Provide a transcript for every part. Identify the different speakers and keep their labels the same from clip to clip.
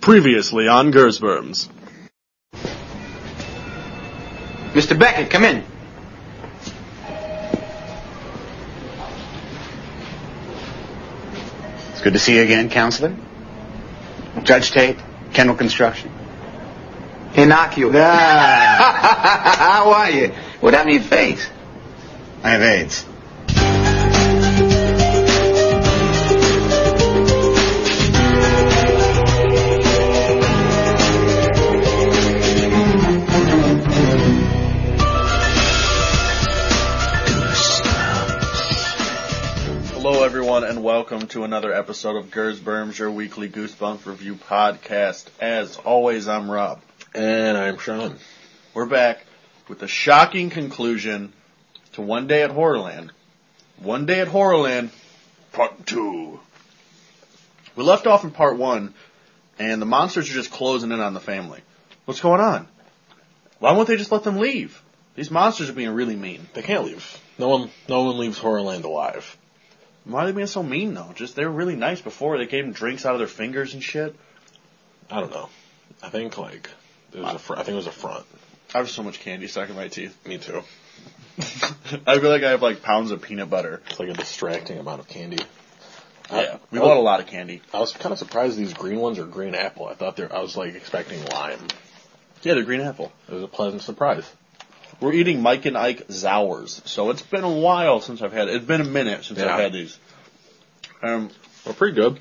Speaker 1: Previously on Gersberms.
Speaker 2: Mr. Beckett, come in.
Speaker 3: It's good to see you again, counselor. Judge Tate, Kendall Construction.
Speaker 2: Innocuous. Ah. How are you? What happened to your face?
Speaker 3: I have AIDS.
Speaker 1: Hello, everyone, and welcome to another episode of Gersberms, your weekly Goosebump review podcast. As always, I'm Rob.
Speaker 4: And I'm Sean.
Speaker 1: We're back with the shocking conclusion to One Day at Horrorland. One Day at Horrorland, Part 2. We left off in Part 1, and the monsters are just closing in on the family. What's going on? Why won't they just let them leave? These monsters are being really mean.
Speaker 4: They can't leave. No one, no one leaves Horrorland alive.
Speaker 1: Why are they being so mean though? Just they were really nice before. They gave them drinks out of their fingers and shit.
Speaker 4: I don't know. I think like it was a fr- I think it was a front.
Speaker 1: I have so much candy stuck in my teeth.
Speaker 4: Me too.
Speaker 1: I feel like I have like pounds of peanut butter.
Speaker 4: It's like a distracting amount of candy.
Speaker 1: Yeah, we
Speaker 4: I,
Speaker 1: bought a lot of candy.
Speaker 4: I was kind of surprised these green ones are green apple. I thought they were, I was like expecting lime.
Speaker 1: Yeah, the green apple.
Speaker 4: It was a pleasant surprise.
Speaker 1: We're eating Mike and Ike Zowers. So it's been a while since I've had. It's been a minute since
Speaker 4: Yeah.
Speaker 1: I've had these. Um,
Speaker 4: Well, pretty good.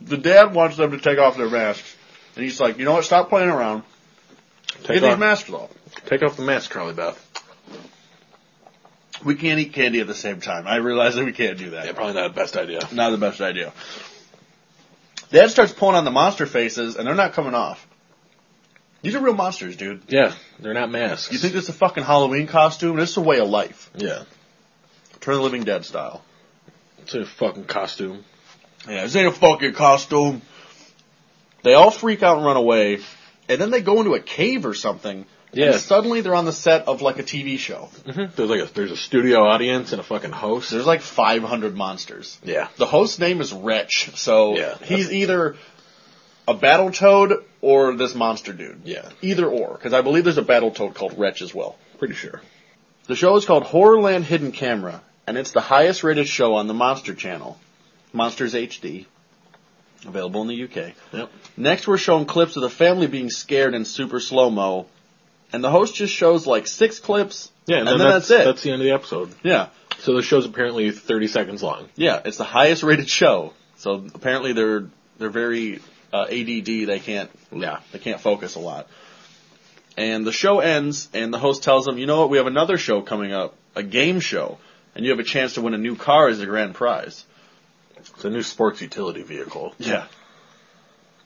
Speaker 1: the dad wants them to take off their masks, and he's like, "You know what? Stop playing around.
Speaker 4: Take
Speaker 1: Get these
Speaker 4: off,
Speaker 1: masks off.
Speaker 4: take off the mask, Carly Beth.
Speaker 1: We can't eat candy at the same time. I realize that we can't do that.
Speaker 4: Yeah, probably not the best idea.
Speaker 1: Not the best idea. Dad starts pulling on the monster faces, and they're not coming off. These are real monsters, dude.
Speaker 4: Yeah, they're not masks.
Speaker 1: You think this is a fucking Halloween costume? This is a way of life.
Speaker 4: Yeah,
Speaker 1: Turn the Living Dead style.
Speaker 4: it's a fucking costume.
Speaker 1: Yeah, this ain't a fucking costume. They all freak out and run away, and then they go into a cave or something.
Speaker 4: Yeah.
Speaker 1: And suddenly they're on the set of like a TV show.
Speaker 4: Mm-hmm. There's like a there's a studio audience and a fucking host.
Speaker 1: There's like 500 monsters.
Speaker 4: yeah,
Speaker 1: The host's name is Wretch, so
Speaker 4: Yeah.
Speaker 1: he's either a battle toad or this monster dude.
Speaker 4: yeah,
Speaker 1: Either or, because I believe there's a battle toad called Wretch as well.
Speaker 4: pretty sure.
Speaker 1: The show is called Horrorland Hidden Camera, and it's the highest rated show on the Monster Channel, Monsters HD, available in the UK.
Speaker 4: Yep.
Speaker 1: Next, we're shown clips of the family being scared in super slow mo, and the host just shows like six clips.
Speaker 4: Yeah,
Speaker 1: And then that's it.
Speaker 4: That's the end of the episode.
Speaker 1: Yeah,
Speaker 4: So the show's apparently 30 seconds long.
Speaker 1: yeah, it's the highest rated show. So apparently they're they're very uh, ADD. They can't
Speaker 4: Yeah.
Speaker 1: They can't focus a lot. And the show ends, and the host tells them, you know what, we have another show coming up, a game show, and you have a chance to win a new car as a grand prize.
Speaker 4: It's a new sports utility vehicle.
Speaker 1: Yeah.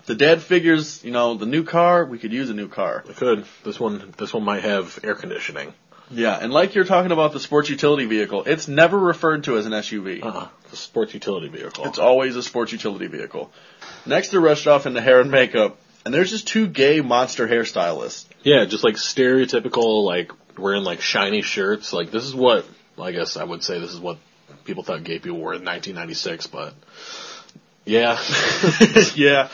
Speaker 1: The dad figures, you know, the new car, we could use a new car.
Speaker 4: It could. This one, this one might have air conditioning.
Speaker 1: Yeah, and like you're talking about the sports utility vehicle, it's never referred to as an SUV.
Speaker 4: Uh-uh. It's a sports utility vehicle.
Speaker 1: It's always a sports utility vehicle. Next, they're rushed off into hair and makeup, and there's just two gay monster hairstylists.
Speaker 4: yeah, just like stereotypical, like wearing like shiny shirts. Like this is what, I guess I would say this is what people thought gay people were in 1996, but yeah.
Speaker 1: yeah.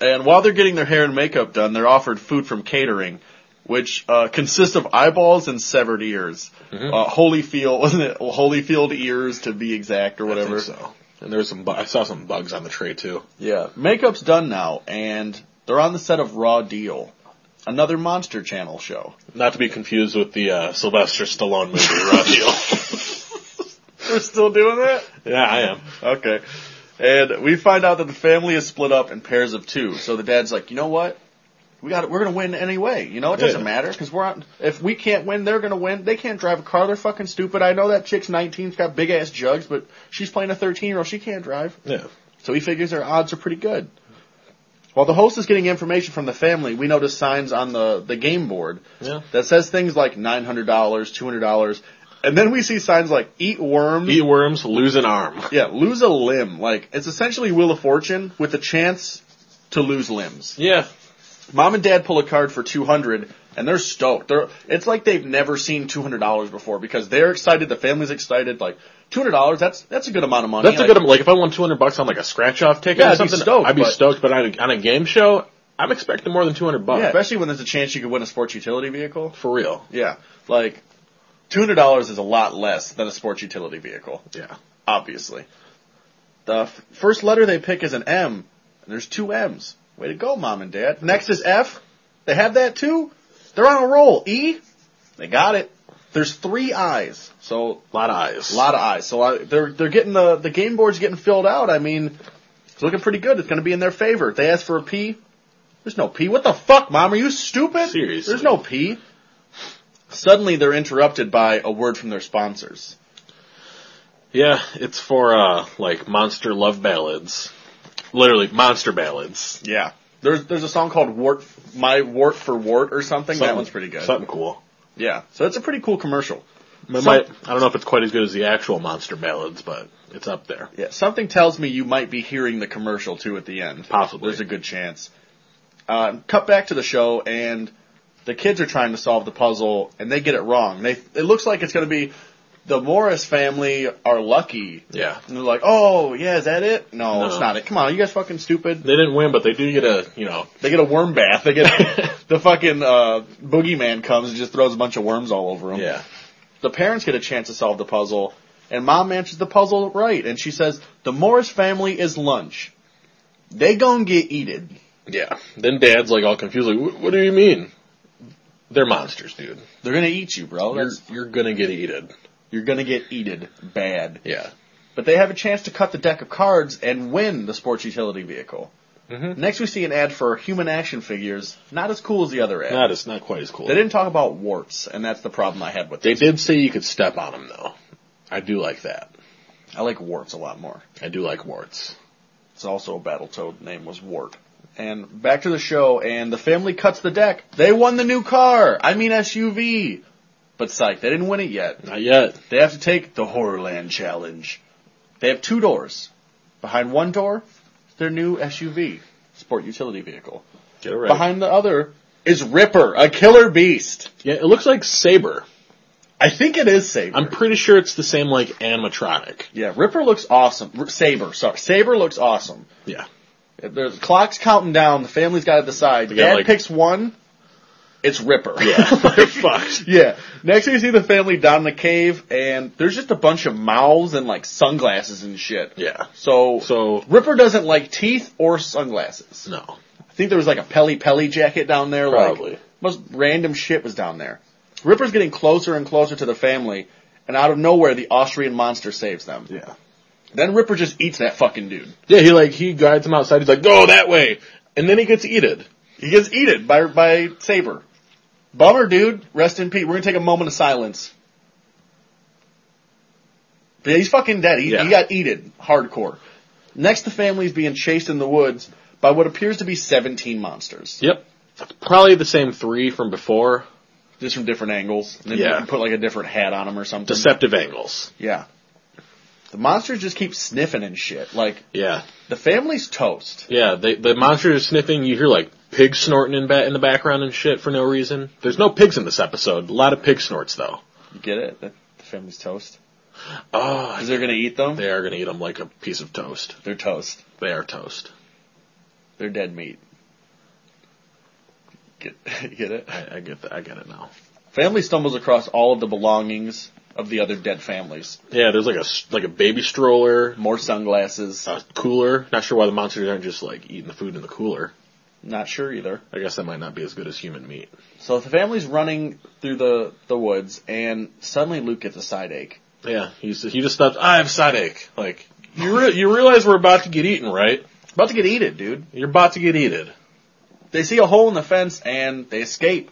Speaker 1: And while they're getting their hair and makeup done, they're offered food from catering, which uh, consists of eyeballs and severed ears. Uh, Holyfield, wasn't it? Holyfield ears to be exact, or whatever.
Speaker 4: I think so. And there was some, bu- I saw some bugs on the tray too.
Speaker 1: Yeah, makeup's done now, and they're on the set of Raw Deal, another Monster Channel show.
Speaker 4: Not to be confused with the, uh, Sylvester Stallone movie, Raw Deal.
Speaker 1: They're still doing that.
Speaker 4: yeah, I am.
Speaker 1: Okay. And we find out that the family is split up in pairs of two. So the dad's like, you know what? We got. We're gonna win anyway. You know, it doesn't
Speaker 4: Yeah.
Speaker 1: matter because we're on. If we can't win, they're gonna win. They can't drive a car. They're fucking stupid. I know that chick's 19, she's got big ass jugs, but she's playing a 13 year old. She can't drive.
Speaker 4: Yeah.
Speaker 1: So he figures their odds are pretty good. While the host is getting information from the family, we notice signs on the the game board
Speaker 4: Yeah.
Speaker 1: that says things like nine hundred dollars, two hundred dollars, and then we see signs like eat worms,
Speaker 4: Eat worms, lose an arm.
Speaker 1: Yeah, lose a limb. Like, it's essentially Wheel of Fortune with a chance to lose limbs.
Speaker 4: Yeah.
Speaker 1: Mom and dad pull a card for 200 and they're stoked. They're it's like they've never seen two hundred dollars before because they're excited. The family's excited. Like two hundred dollars, that's that's a good amount of money.
Speaker 4: That's a
Speaker 1: Like,
Speaker 4: good. Like if I won two hundred bucks on like a scratch off ticket
Speaker 1: Yeah,
Speaker 4: or
Speaker 1: I'd be
Speaker 4: something,
Speaker 1: stoked,
Speaker 4: I'd be
Speaker 1: but-
Speaker 4: stoked. But on a, on a game show, I'm expecting more than two hundred bucks
Speaker 1: Yeah, especially when there's a chance you could win a sports utility vehicle.
Speaker 4: for real.
Speaker 1: Yeah, like two hundred dollars is a lot less than a sports utility vehicle.
Speaker 4: Yeah,
Speaker 1: obviously. The f- first letter they pick is an M, and there's two M's. Way to go, mom and dad. Next is F. They have that too. They're on a roll. E. They got it. There's three I's, so
Speaker 4: a lot of eyes.
Speaker 1: a lot of I's. So I, they're they're getting the the game board's getting filled out. I mean, it's looking pretty good. It's going to be in their favor. They ask for a P. There's no P. What the fuck, mom? Are you stupid?
Speaker 4: Seriously.
Speaker 1: There's no P. Suddenly they're interrupted by a word from their sponsors.
Speaker 4: Yeah, it's for uh like monster love ballads. Literally monster ballads.
Speaker 1: Yeah. There's there's a song called Wart My Wart for Wart or something.
Speaker 4: Something-
Speaker 1: That one's pretty good.
Speaker 4: Something cool.
Speaker 1: Yeah. So it's a pretty cool commercial.
Speaker 4: It might, I don't know if it's quite as good as the actual monster ballads, but it's up there.
Speaker 1: Yeah. Something tells me you might be hearing the commercial too at the end.
Speaker 4: Possibly.
Speaker 1: There's a good chance. Uh, cut back to the show and the kids are trying to solve the puzzle and they get it wrong. They it looks like it's gonna be the Morris family are lucky.
Speaker 4: Yeah.
Speaker 1: And they're like, Oh yeah, is that it? No,
Speaker 4: No.
Speaker 1: it's not it. Come on, are you guys fucking stupid?
Speaker 4: They didn't win, but they do get a you know
Speaker 1: They get a worm bath. They get the fucking uh, boogeyman comes and just throws a bunch of worms all over them.
Speaker 4: yeah
Speaker 1: The parents get a chance to solve the puzzle, and mom answers the puzzle right, and she says the Morris family is lunch. They gon' get eated.
Speaker 4: yeah. Then dad's like all confused, like "Wh- what do you mean? They're monsters, dude.
Speaker 1: They're gonna eat you, bro.
Speaker 4: You're
Speaker 1: That's,
Speaker 4: you're gonna get eaten.
Speaker 1: you're gonna get eated bad.
Speaker 4: Yeah.
Speaker 1: But they have a chance to cut the deck of cards and win the sports utility vehicle.
Speaker 4: Mhm.
Speaker 1: Next, we see an ad for human action figures. Not as cool as the other ad.
Speaker 4: Not as not quite as cool.
Speaker 1: they didn't talk about warts, and that's the problem I had with
Speaker 4: They
Speaker 1: this.
Speaker 4: did say you could step on them though. I do like that.
Speaker 1: I like warts a lot more.
Speaker 4: I do like warts.
Speaker 1: It's also a Battletoad name was Wart. And back to the show, and the family cuts the deck. They won the new car. I mean SUV. But psych, they didn't win it yet.
Speaker 4: Not yet.
Speaker 1: They have to take the Horrorland challenge. They have two doors. Behind one door, their new SUV, sport utility vehicle.
Speaker 4: Get it right.
Speaker 1: Behind the other is Ripper, a killer beast.
Speaker 4: yeah, it looks like Saber.
Speaker 1: I think it is Saber.
Speaker 4: I'm pretty sure it's the same like animatronic.
Speaker 1: yeah, Ripper looks awesome. R- Saber, sorry. Saber looks awesome.
Speaker 4: Yeah.
Speaker 1: The clock's counting down. The family's got to decide.
Speaker 4: got,
Speaker 1: Dad
Speaker 4: like-
Speaker 1: picks one. It's Ripper.
Speaker 4: They're fucked.
Speaker 1: yeah. Next, we see the family down in the cave, and there's just a bunch of mouths and like sunglasses and shit.
Speaker 4: Yeah.
Speaker 1: So,
Speaker 4: So-
Speaker 1: Ripper doesn't like teeth or sunglasses.
Speaker 4: No.
Speaker 1: I think there was like a Pelly Pelly jacket down there.
Speaker 4: Probably.
Speaker 1: Like, most random shit was down there. Ripper's getting closer and closer to the family, and out of nowhere, the Austrian monster saves them.
Speaker 4: Yeah.
Speaker 1: Then Ripper just eats that fucking dude.
Speaker 4: Yeah, he like he guides him outside. He's like, "Go that way," and then he gets eaten.
Speaker 1: He gets eaten by by Saber. Bummer, dude. Rest in peace. We're gonna take a moment of silence. But yeah, he's fucking dead. He,
Speaker 4: Yeah.
Speaker 1: he got eaten hardcore. Next, the family's being chased in the woods by what appears to be 17 monsters,
Speaker 4: Yep. That's probably the same three from before.
Speaker 1: just from different angles. And then
Speaker 4: Yeah.
Speaker 1: you can put like a different hat on them or something.
Speaker 4: Deceptive angles.
Speaker 1: yeah. The monsters just keep sniffing and shit. Like
Speaker 4: Yeah.
Speaker 1: the family's toast.
Speaker 4: Yeah. They, the monster is sniffing. You hear like pigs snorting in ba- in the background and shit for no reason. There's no pigs in this episode. A lot of pig snorts though.
Speaker 1: You get it? The, the family's toast.
Speaker 4: Oh,
Speaker 1: Because they're gonna eat them.
Speaker 4: they are gonna eat them like a piece of toast.
Speaker 1: They're toast.
Speaker 4: They are toast.
Speaker 1: They're dead meat. Get, get it?
Speaker 4: I, I get that. I get it now.
Speaker 1: Family stumbles across all of the belongings of the other dead families.
Speaker 4: Yeah. There's like a s- like a baby stroller,
Speaker 1: More sunglasses.
Speaker 4: a cooler. Not sure why the monsters aren't just like eating the food in the cooler.
Speaker 1: Not sure either.
Speaker 4: I guess that might not be as good as human meat.
Speaker 1: So the family's running through the, the woods, and suddenly Luke gets a side ache.
Speaker 4: Yeah, he's, he just stopped. I have side ache. Like you, re- you realize we're about to get eaten, right?
Speaker 1: About to get eaten, dude.
Speaker 4: You're about to get eaten.
Speaker 1: They see a hole in the fence and they escape.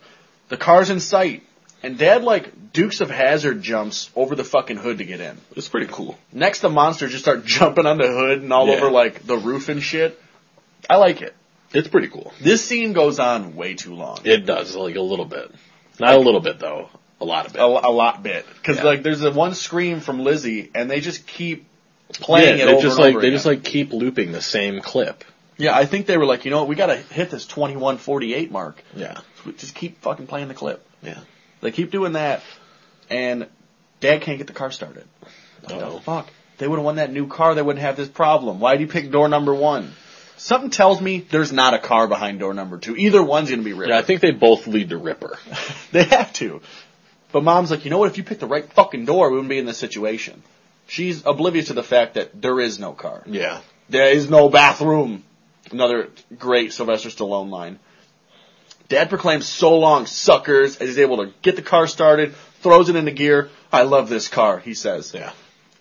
Speaker 1: The car's in sight. And dad, like, Dukes of Hazard jumps over the fucking hood to get in.
Speaker 4: It's pretty cool.
Speaker 1: Next, the monsters just start jumping on the hood and all
Speaker 4: Yeah.
Speaker 1: over, like, the roof and shit. I like it.
Speaker 4: It's pretty cool.
Speaker 1: This scene goes on way too long.
Speaker 4: It does like a little bit, not a little bit though, a lot of
Speaker 1: A,
Speaker 4: bit.
Speaker 1: a lot bit. Cause
Speaker 4: Yeah.
Speaker 1: like there's a one scream from Lizzie and they just keep playing
Speaker 4: yeah,
Speaker 1: it
Speaker 4: they
Speaker 1: over
Speaker 4: just
Speaker 1: and
Speaker 4: like
Speaker 1: over
Speaker 4: they
Speaker 1: again.
Speaker 4: just like keep looping the same clip.
Speaker 1: Yeah, I think they were like, you know what, we gotta hit this twenty one forty eight mark.
Speaker 4: Yeah.
Speaker 1: So we Just keep fucking playing the clip.
Speaker 4: Yeah.
Speaker 1: They keep doing that, and Dad can't get the car started. What
Speaker 4: Uh-oh.
Speaker 1: the fuck? They would have won that new car. They wouldn't have this problem. Why would you pick door number one? Something tells me there's not a car behind door number two. Either one's gonna be ripped.
Speaker 4: Yeah, I think they both lead to Ripper.
Speaker 1: They have to. But mom's like, you know what? If you picked the right fucking door, we wouldn't be in this situation. She's oblivious to the fact that there is no car.
Speaker 4: Yeah.
Speaker 1: There is no bathroom. Another great Sylvester Stallone line. Dad proclaims, so long, suckers, as he's able to get the car started, throws it into gear. I love this car, he says.
Speaker 4: Yeah.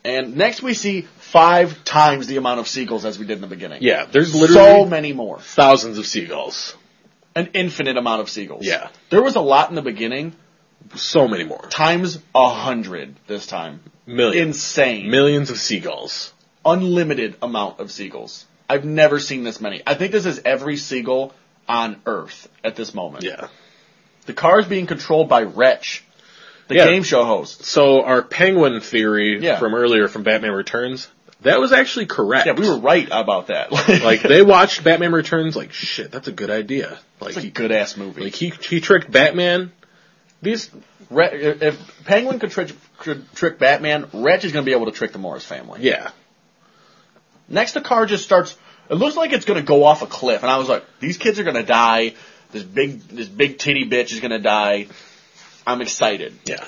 Speaker 1: And next we see five times the amount of seagulls as we did in the beginning.
Speaker 4: Yeah, there's
Speaker 1: So
Speaker 4: literally
Speaker 1: many more.
Speaker 4: thousands of seagulls.
Speaker 1: An infinite amount of seagulls.
Speaker 4: Yeah.
Speaker 1: There was a lot in the beginning,
Speaker 4: So many more.
Speaker 1: times a hundred this time.
Speaker 4: Millions.
Speaker 1: insane,
Speaker 4: Millions of seagulls.
Speaker 1: unlimited amount of seagulls. I've never seen this many. I think this is every seagull on Earth at this moment.
Speaker 4: Yeah.
Speaker 1: The car is being controlled by Wretch, the
Speaker 4: Yeah.
Speaker 1: game show host.
Speaker 4: So our penguin theory
Speaker 1: Yeah.
Speaker 4: from earlier from Batman Returns, that was actually correct.
Speaker 1: Yeah, we were right about that.
Speaker 4: like they watched Batman Returns like shit, that's a good idea. Like
Speaker 1: it's a
Speaker 4: he,
Speaker 1: good ass movie.
Speaker 4: like he he tricked Batman. These
Speaker 1: Re- if Penguin could, trick could trick Batman, Wretch is going to be able to trick the Morris family.
Speaker 4: yeah.
Speaker 1: Next, the car just starts. It looks like it's gonna go off a cliff, and I was like, "These kids are gonna die. This big, this big titty bitch is gonna die." I'm excited,
Speaker 4: Yeah.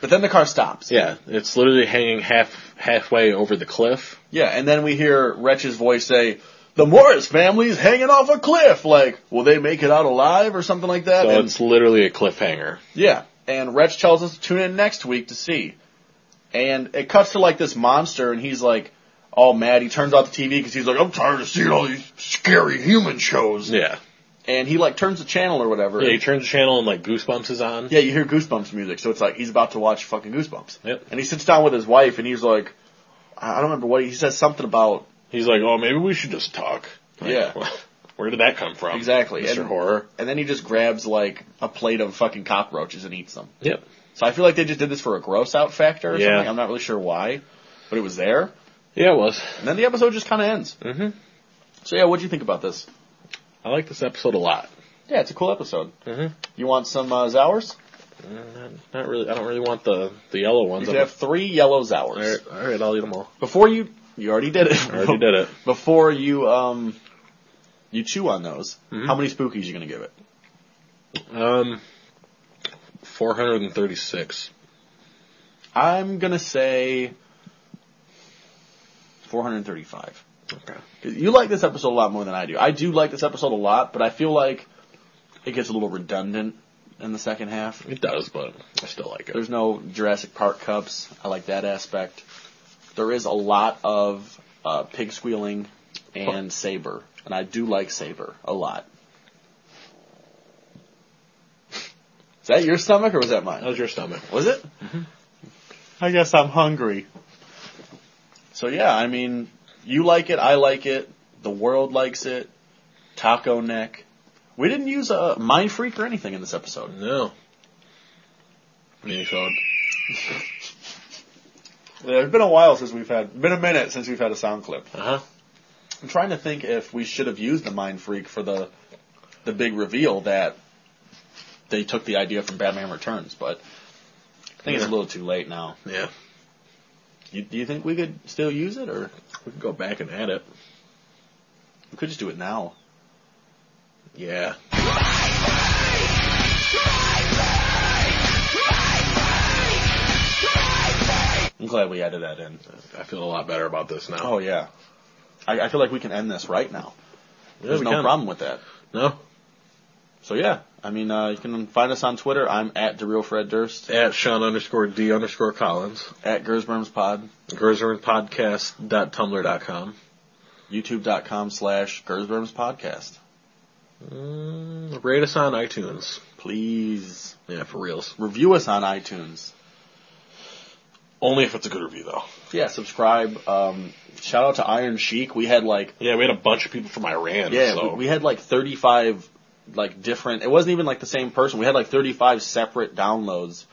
Speaker 1: but then the car stops.
Speaker 4: Yeah. It's literally hanging half halfway over the cliff.
Speaker 1: Yeah, and then we hear Wretch's voice say, "The Morris family's hanging off a cliff. Like, will they make it out alive or something like that?"
Speaker 4: So
Speaker 1: and,
Speaker 4: it's literally a cliffhanger.
Speaker 1: yeah, and Wretch tells us to tune in next week to see. And it cuts to like this monster, and he's like all mad. He turns off the TV because he's like, "I'm tired of seeing all these scary human shows."
Speaker 4: Yeah.
Speaker 1: And he like turns the channel or whatever.
Speaker 4: Yeah, he turns the channel and like Goosebumps is on.
Speaker 1: Yeah, you hear Goosebumps music, so it's like he's about to watch fucking Goosebumps.
Speaker 4: Yep.
Speaker 1: And he sits down with his wife, and he's like, I I don't remember what he says something about
Speaker 4: He's like, "Oh, maybe we should just talk." Like,
Speaker 1: Yeah.
Speaker 4: Where did that come from?
Speaker 1: exactly,
Speaker 4: Mr.
Speaker 1: and,
Speaker 4: Horror.
Speaker 1: and then he just grabs like a plate of fucking cockroaches and eats them.
Speaker 4: Yep.
Speaker 1: So I feel like they just did this for a gross out factor or
Speaker 4: Yeah.
Speaker 1: something. I'm not really sure why, but it was there.
Speaker 4: Yeah, it was.
Speaker 1: And then the episode just kind of ends.
Speaker 4: Mhm.
Speaker 1: So yeah, what'd you think about this?
Speaker 4: I like this episode a lot.
Speaker 1: Yeah, it's a cool episode.
Speaker 4: Mhm.
Speaker 1: You want some uh, Zowers?
Speaker 4: Not, not really. I don't really want the the yellow
Speaker 1: You
Speaker 4: ones.
Speaker 1: can have three yellow
Speaker 4: all
Speaker 1: Zowers.
Speaker 4: right, all right, I'll eat them all.
Speaker 1: Before you, you already did it.
Speaker 4: I already did it.
Speaker 1: before you um you chew on those,
Speaker 4: Mhm.
Speaker 1: how many spookies you gonna give it?
Speaker 4: Um, four hundred and thirty-six.
Speaker 1: I'm gonna say 435.
Speaker 4: Okay.
Speaker 1: 'Cause You like this episode a lot more than I do. I do like this episode a lot, but I feel like it gets a little redundant in the second half.
Speaker 4: It does, but I still like it.
Speaker 1: There's no Jurassic Park cups. I like that aspect. There is a lot of uh, pig squealing and Saber, and I do like Saber a lot. Is that your stomach or was that mine?
Speaker 4: How's your stomach?
Speaker 1: Was it? I guess I'm hungry. So yeah, I mean, you like it, I like it, the world likes it. Taco neck. We didn't use a mind freak or anything in this episode.
Speaker 4: No. Mini phone.
Speaker 1: It's been a while since we've had, been a minute since we've had a sound clip.
Speaker 4: Uh huh.
Speaker 1: I'm trying to think if we should have used the mind freak for the the big reveal that they took the idea from Batman Returns, but I think it's a
Speaker 4: Yeah.
Speaker 1: little too late now.
Speaker 4: Yeah.
Speaker 1: You, do you think we could still use it, or
Speaker 4: We can go back and add it.
Speaker 1: we could just do it now?
Speaker 4: Yeah.
Speaker 1: I'm glad we added that in.
Speaker 4: I feel a lot better about this now.
Speaker 1: Oh yeah, I, I feel like we can end this right now.
Speaker 4: Yeah,
Speaker 1: There's
Speaker 4: we
Speaker 1: no
Speaker 4: can.
Speaker 1: problem with that.
Speaker 4: No.
Speaker 1: So yeah, I mean, uh, you can find us on Twitter. I'm at the real Fred Durst
Speaker 4: At Sean underscore D underscore Collins.
Speaker 1: at Gersberms Pod.
Speaker 4: GerzermanPodcast.tumblr.com.
Speaker 1: YouTube.com slash Gersberms Podcast.
Speaker 4: Mm, rate us on iTunes.
Speaker 1: Please
Speaker 4: Yeah, for reals.
Speaker 1: review us on iTunes.
Speaker 4: Only if it's a good review, though.
Speaker 1: Yeah, subscribe. Um, shout out to Iron Sheik. We had like
Speaker 4: Yeah, we had a bunch of people from Iran.
Speaker 1: yeah,
Speaker 4: so.
Speaker 1: we, we had like thirty five like different. It wasn't even like the same person. We had like thirty five separate downloads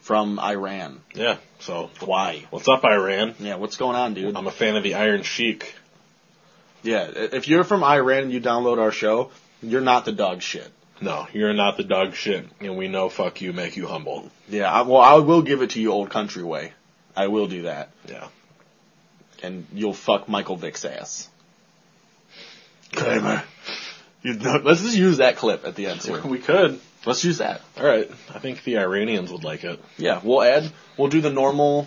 Speaker 1: from Iran.
Speaker 4: yeah. So
Speaker 1: Why?
Speaker 4: what's up, Iran?
Speaker 1: Yeah, what's going on, dude?
Speaker 4: I'm a fan of the Iron Sheik.
Speaker 1: Yeah, i- if you're from Iran and you download our show, you're not the dog shit.
Speaker 4: No, you're not the dog shit, and we know fuck you make you humble.
Speaker 1: Yeah, I, well, I will give it to you old country way. I will do that.
Speaker 4: Yeah.
Speaker 1: And you'll fuck Michael Vick's ass.
Speaker 4: Kramer.
Speaker 1: You know, let's just use that clip at the end too.
Speaker 4: We could.
Speaker 1: Let's use that.
Speaker 4: All right. I think the Iranians would like it.
Speaker 1: Yeah, we'll add, we'll do the normal,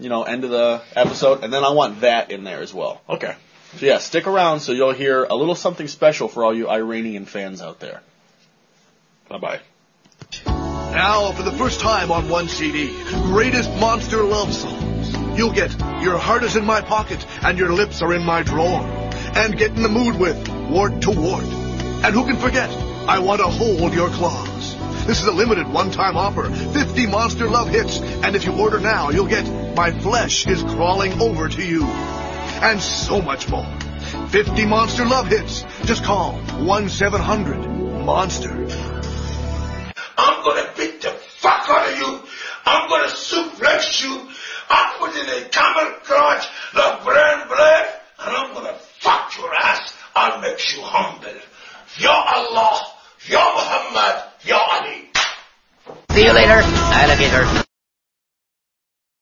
Speaker 1: you know, end of the episode, and then I want that in there as well.
Speaker 4: Okay.
Speaker 1: So yeah, stick around so you'll hear a little something special for all you Iranian fans out there.
Speaker 4: Bye bye.
Speaker 5: Now, for the first time on one CD, greatest monster love songs. You'll get Your Heart is in My Pocket and Your Lips are in My Drawer. And Get in the Mood with Ward to Ward. And who can forget I Want to Hold Your Claws. This is a limited one-time offer. 50 monster love hits. And if you order now, you'll get My Flesh is Crawling Over to You. And so much more. 50 monster love hits. Just call 1-700-MONSTER.
Speaker 6: I'm gonna beat the fuck out of you. I'm gonna suplex you. I'll put you in a camel clutch, the brand blade, and I'm gonna fuck your ass. I'll make you humble. Ya Allah, Ya Muhammad, Ya Ali.
Speaker 7: See you later. I love you, sir.